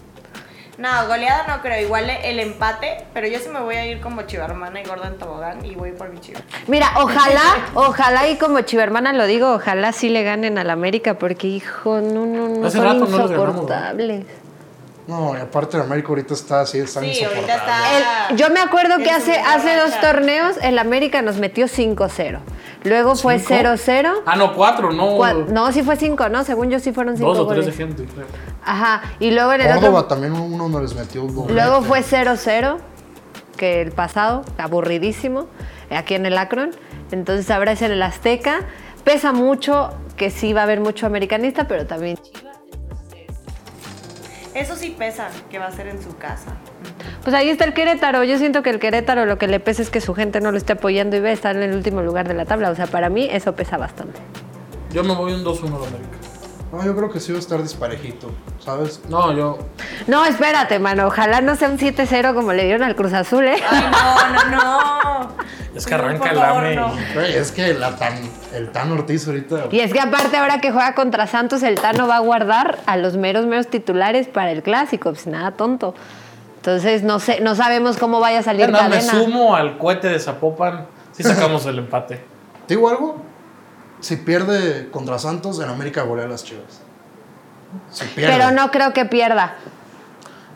Speaker 4: No, goleada no creo. Igual el empate, pero yo sí me voy a ir como chivarmana y gorda en tobogán y voy por mi chiva.
Speaker 3: Mira, ojalá, ojalá y como chivermana lo digo, ojalá sí le ganen al América porque hijo, no, no, no
Speaker 2: Hace
Speaker 3: son
Speaker 2: rato no los ganamos, ¿no?
Speaker 3: insoportables.
Speaker 1: No, y aparte la América ahorita está así, están
Speaker 4: Sí, ahorita
Speaker 1: insoportables.
Speaker 4: está.
Speaker 3: El- yo me acuerdo que
Speaker 4: en su
Speaker 3: hace,
Speaker 4: mejor
Speaker 3: hace dos
Speaker 4: racha.
Speaker 3: torneos el América nos metió 5-0. Luego fue
Speaker 2: ¿Cinco?
Speaker 3: 0-0.
Speaker 2: Ah, no, cuatro, no.
Speaker 3: Cua- No, sí fue 5, ¿no? Según yo sí fueron 5
Speaker 2: Dos o tres de
Speaker 3: goles.
Speaker 2: gente, creo.
Speaker 3: Ajá, y luego en el
Speaker 1: Córdoba
Speaker 3: otro...
Speaker 1: también uno no les metió un gol. Este,
Speaker 3: Luego fue 0-0, que el pasado, aburridísimo, aquí en el Akron. Entonces ahora es en el Azteca. Pesa mucho que sí va a haber mucho americanista, pero también
Speaker 4: Eso sí pesa, que va a ser en su casa.
Speaker 3: Pues ahí está el Querétaro. Yo siento que el Querétaro lo que le pesa es que su gente no lo esté apoyando y ve estar en el último lugar de la tabla. O sea, para mí eso pesa bastante.
Speaker 2: Yo me voy un 2-1 al América.
Speaker 1: No, yo creo que sí va a estar disparejito, ¿sabes?
Speaker 2: No, yo.
Speaker 3: No, espérate, mano. Ojalá no sea un 7-0 como le dieron al Cruz Azul, ¿eh?
Speaker 4: Ay, no, no, no.
Speaker 2: <laughs> Es que
Speaker 4: No,
Speaker 2: arranca
Speaker 4: por
Speaker 2: el
Speaker 4: favor,
Speaker 2: AME.
Speaker 4: no.
Speaker 1: Güey, es que la tan, el Tan Ortiz ahorita...
Speaker 3: Y es que aparte ahora que juega contra Santos, el Tano va a guardar a los meros, meros titulares para el clásico. Pues nada, tonto. Entonces no sé, no sabemos cómo vaya a salir
Speaker 2: Ya nada, me
Speaker 3: cadena.
Speaker 2: sumo al cohete de Zapopan. Si sacamos el empate.
Speaker 1: ¿Te digo algo? Si pierde contra Santos, en América golea a las Chivas. Si pierde.
Speaker 3: Pero no creo que pierda.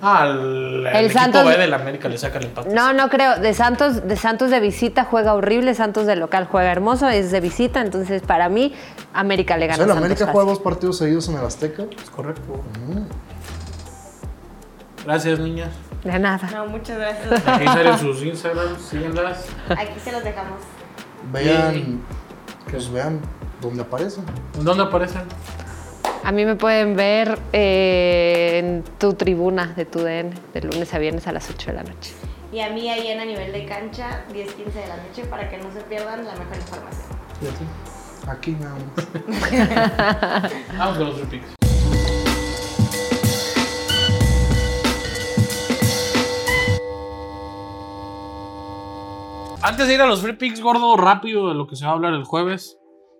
Speaker 2: Ah, el, el
Speaker 3: El
Speaker 2: equipo
Speaker 3: Santos-
Speaker 2: B del América le saca el empate.
Speaker 3: No, no creo. De Santos, de Santos de visita juega horrible, Santos de local juega hermoso, es de visita, entonces para mí América le
Speaker 1: O
Speaker 3: gana.
Speaker 1: sea,
Speaker 3: a
Speaker 1: el
Speaker 3: Santos
Speaker 1: América
Speaker 3: fácil.
Speaker 1: juega dos partidos seguidos en el Azteca.
Speaker 2: Es correcto. Gracias, niñas.
Speaker 3: De nada.
Speaker 4: No, muchas gracias.
Speaker 2: Aquí salen sus Instagrams, síguenlas.
Speaker 4: Aquí se los dejamos.
Speaker 1: Vean, pues vean dónde aparecen.
Speaker 2: ¿En dónde aparecen?
Speaker 3: A mí me pueden ver eh, en tu tribuna de tu DN de lunes a viernes a las 8 de la noche.
Speaker 4: Y a mí ahí en a nivel de cancha, 10-15 de la noche, para que no se pierdan la mejor información.
Speaker 2: ¿Y a ti?
Speaker 1: Aquí nada más. <laughs>
Speaker 2: Vamos con los three picks. Antes de ir a los free picks, gordo, rápido de lo que se va a hablar el jueves.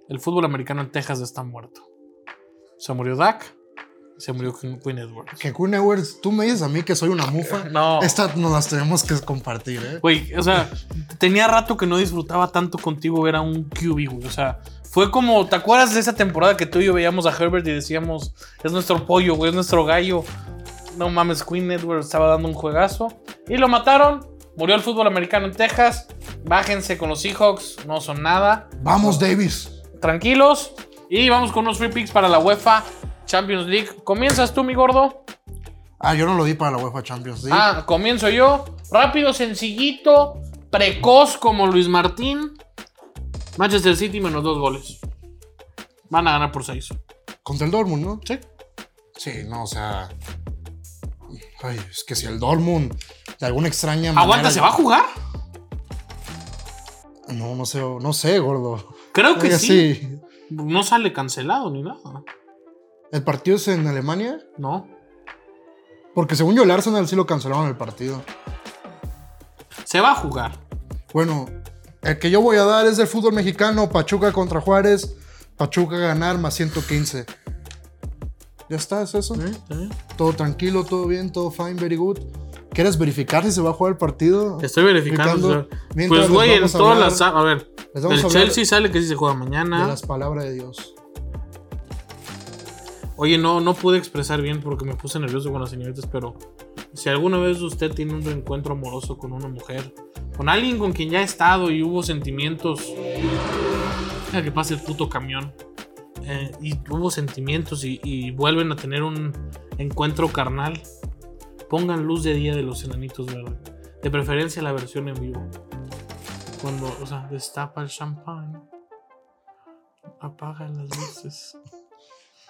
Speaker 2: el fútbol americano en Texas está muerto. Se murió Dak, se murió Queen Queen Edwards.
Speaker 1: Que Kun Edwards, tú me dices a mí que soy una mufa.
Speaker 2: <laughs> No.
Speaker 1: Esta nos las tenemos que compartir, ¿eh?
Speaker 2: Güey, o sea, tenía rato que no disfrutaba tanto contigo ver a un QB, güey. O sea, fue como, ¿te acuerdas de esa temporada que tú y yo veíamos a Herbert y decíamos, es nuestro pollo, güey, es nuestro gallo? No mames, Queen Edward estaba dando un juegazo. Y lo mataron. Murió el fútbol americano en Texas. Bájense con los Seahawks, no son nada.
Speaker 1: Vamos, Davis.
Speaker 2: Tranquilos. Y vamos con unos free picks para la UEFA Champions League. ¿Comienzas tú, mi gordo?
Speaker 1: Ah, yo no lo di para la UEFA Champions League.
Speaker 2: Ah, comienzo yo. Rápido, sencillito, precoz como Luis Martín. Manchester City menos dos goles. Van a ganar por seis.
Speaker 1: Contra el Dortmund, ¿no?
Speaker 2: Sí.
Speaker 1: Sí, no, o sea. Ay, es que si el Dortmund de alguna extraña manera.
Speaker 2: Aguanta, ¿se va a jugar?
Speaker 1: No, no sé, no sé, gordo.
Speaker 2: Creo que
Speaker 1: Oiga,
Speaker 2: sí. No sale cancelado ni nada.
Speaker 1: ¿El partido es en Alemania?
Speaker 2: No.
Speaker 1: Porque según yo, el Arsenal sí lo cancelaron el partido.
Speaker 2: Se va a jugar.
Speaker 1: Bueno, el que yo voy a dar es del fútbol mexicano, Pachuca contra Juárez, Pachuca ganar más 115. Ya está, es eso. Todo tranquilo, todo bien, todo fine, very good. ¿Quieres verificar si se va a jugar el partido?
Speaker 2: Estoy
Speaker 1: Ricardo,
Speaker 2: verificando. o sea,
Speaker 1: mientras
Speaker 2: Pues,
Speaker 1: les
Speaker 2: güey, en
Speaker 1: vamos a
Speaker 2: todas
Speaker 1: hablar
Speaker 2: las. A ver,
Speaker 1: Les vamos
Speaker 2: el
Speaker 1: a hablar-
Speaker 2: Chelsea sale que sí se juega
Speaker 1: De
Speaker 2: mañana.
Speaker 1: las palabras de Dios.
Speaker 2: Oye, no, no pude expresar bien porque me puse nervioso con las señoritas, pero si alguna vez usted tiene un reencuentro amoroso con una mujer, con alguien con quien ya ha estado y hubo sentimientos, deja que pase el puto camión, eh, y hubo sentimientos y, y vuelven a tener un encuentro carnal, pongan luz de día de los enanitos verdes, de preferencia la versión en vivo. Cuando, o sea, destapa el champán, apaga las luces.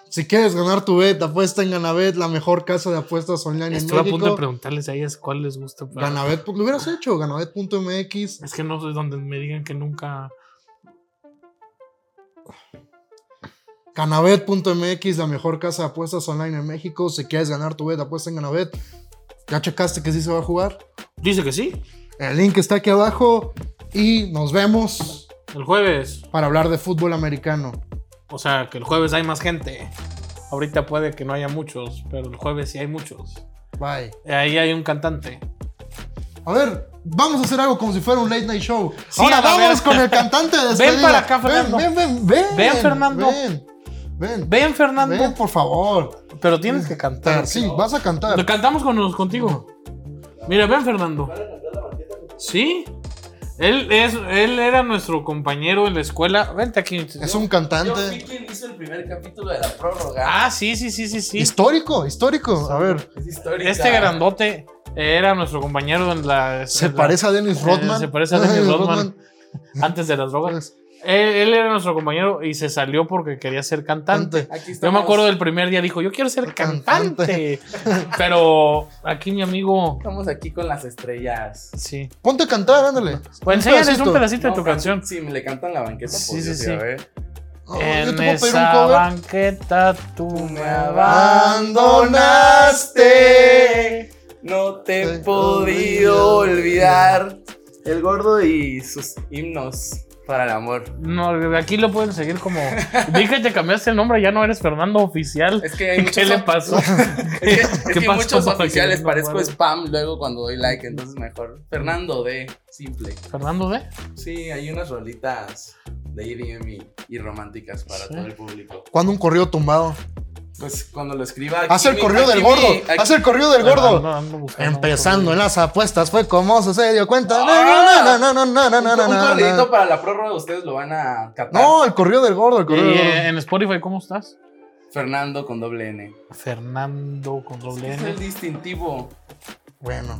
Speaker 1: Si quieres ganar tu bet, apuesta en Ganabet, la mejor casa de apuestas online en
Speaker 2: Estuve a punto de
Speaker 1: México.
Speaker 2: preguntarles a ellas cuál les gusta. pero-
Speaker 1: Ganabet, pues, lo hubieras hecho, ganabet.mx.
Speaker 2: Es que no sé donde me digan que nunca.
Speaker 1: Ganabet.mx, la mejor casa de apuestas online en México. Si quieres ganar tu bet, apuesta en Ganabet. ¿Ya checaste que sí se va a jugar?
Speaker 2: Dice que sí.
Speaker 1: El link está aquí abajo y nos vemos
Speaker 2: El jueves.
Speaker 1: para hablar de fútbol americano.
Speaker 2: O sea, que el jueves hay más gente. Ahorita puede que no haya muchos, pero el jueves sí hay muchos.
Speaker 1: Bye.
Speaker 2: Ahí hay un cantante.
Speaker 1: A ver, vamos a hacer algo como si fuera un late night show.
Speaker 2: Sí,
Speaker 1: Ahora
Speaker 2: a la
Speaker 1: vamos
Speaker 2: verga.
Speaker 1: con el cantante de despedida.
Speaker 2: <laughs> Ven para acá, Fernando.
Speaker 1: Ven, ven, ven.
Speaker 2: Ven, Fernando.
Speaker 1: Ven, ven.
Speaker 2: Ven, Fernando.
Speaker 1: Ven, por favor.
Speaker 2: Pero tienes que cantar.
Speaker 1: Sí,
Speaker 2: ¿no?
Speaker 1: vas a
Speaker 2: Lo
Speaker 1: cantar.
Speaker 2: cantamos con nos- contigo. Mira, ven, Fernando. Sí. Él, es, él era nuestro compañero en la escuela. Vente aquí.
Speaker 1: Es un
Speaker 5: Yo fui
Speaker 1: cantante
Speaker 5: quien hizo el primer capítulo de la prórroga.
Speaker 2: Ah, sí, sí, sí, sí, sí.
Speaker 1: histórico, histórico. A ver,
Speaker 5: Es histórica.
Speaker 2: Este grandote era nuestro compañero en la.
Speaker 1: se
Speaker 2: en la-
Speaker 1: parece a Dennis
Speaker 2: eh,
Speaker 1: Rodman.
Speaker 2: se parece a Dennis Rodman. Antes de las drogas.
Speaker 1: Pues,
Speaker 2: Él, él era nuestro compañero y se salió porque quería ser cantante.
Speaker 1: cante.
Speaker 5: Aquí
Speaker 2: Yo
Speaker 5: estamos.
Speaker 2: me acuerdo del primer día, dijo, yo quiero ser cantante.
Speaker 1: Cantante.
Speaker 2: Pero aquí mi amigo.
Speaker 5: Estamos aquí con las estrellas.
Speaker 2: Sí.
Speaker 1: Ponte a cantar, ándale.
Speaker 2: Pues enséñales un
Speaker 1: pedacito.
Speaker 2: pedacito de tu
Speaker 5: No,
Speaker 2: canción.
Speaker 5: Sí, me le cantan la banqueta.
Speaker 2: Sí,
Speaker 5: por
Speaker 2: sí,
Speaker 5: Dios,
Speaker 2: sí.
Speaker 5: a ver.
Speaker 1: Oh, yo te
Speaker 2: en
Speaker 1: puedo pedir un
Speaker 2: esa
Speaker 1: cover.
Speaker 2: banqueta tú me
Speaker 5: Abandonaste. No te
Speaker 1: Te
Speaker 5: he podido olvidar. El gordo y sus himnos para el amor.
Speaker 2: No, aquí lo pueden seguir como. Dije que te cambiaste el nombre, ya no eres Fernando Oficial.
Speaker 5: Es que hay
Speaker 2: ¿Qué
Speaker 5: muchos.
Speaker 2: le pasó? <laughs>
Speaker 5: Es que- es
Speaker 2: ¿Qué
Speaker 5: que
Speaker 2: pasó
Speaker 5: muchos
Speaker 2: para que
Speaker 5: oficiales
Speaker 2: no
Speaker 5: parezco
Speaker 2: guarde?
Speaker 5: spam luego cuando doy like, entonces mejor. Fernando D. Simple.
Speaker 2: ¿Fernando D?
Speaker 5: Sí, hay unas rolitas de EDM y, y románticas para
Speaker 2: Sí.
Speaker 5: todo el público.
Speaker 1: Cuando un corrido tumbado.
Speaker 5: Pues cuando lo escriba. aquí
Speaker 1: Haz el
Speaker 5: mi-
Speaker 1: corrido
Speaker 5: aquí
Speaker 1: del
Speaker 5: mi-
Speaker 1: gordo.
Speaker 5: aquí-
Speaker 1: Haz el corrido del gordo.
Speaker 2: Ando- ando buscando
Speaker 1: Empezando
Speaker 2: otro
Speaker 1: en las apuestas fue como se dio cuenta.
Speaker 5: Ah.
Speaker 1: No, no, no, no, no,
Speaker 5: Un,
Speaker 1: no, no,
Speaker 5: un
Speaker 1: no,
Speaker 5: corridito
Speaker 1: no.
Speaker 5: para la prórroga, ustedes lo van a captar.
Speaker 1: No, el corrido del gordo, el
Speaker 2: video.
Speaker 1: corrido
Speaker 2: Y,
Speaker 1: del gordo.
Speaker 2: eh, en Spotify, ¿cómo estás?
Speaker 5: Fernando con doble N.
Speaker 2: Fernando con doble
Speaker 5: Es
Speaker 2: N.
Speaker 5: el distintivo.
Speaker 1: Bueno,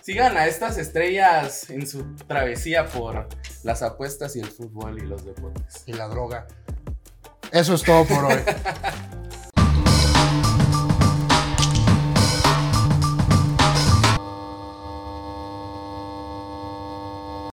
Speaker 5: Sigan a estas estrellas en su travesía por las apuestas y el fútbol y los deportes.
Speaker 1: y la droga. Eso es todo por hoy.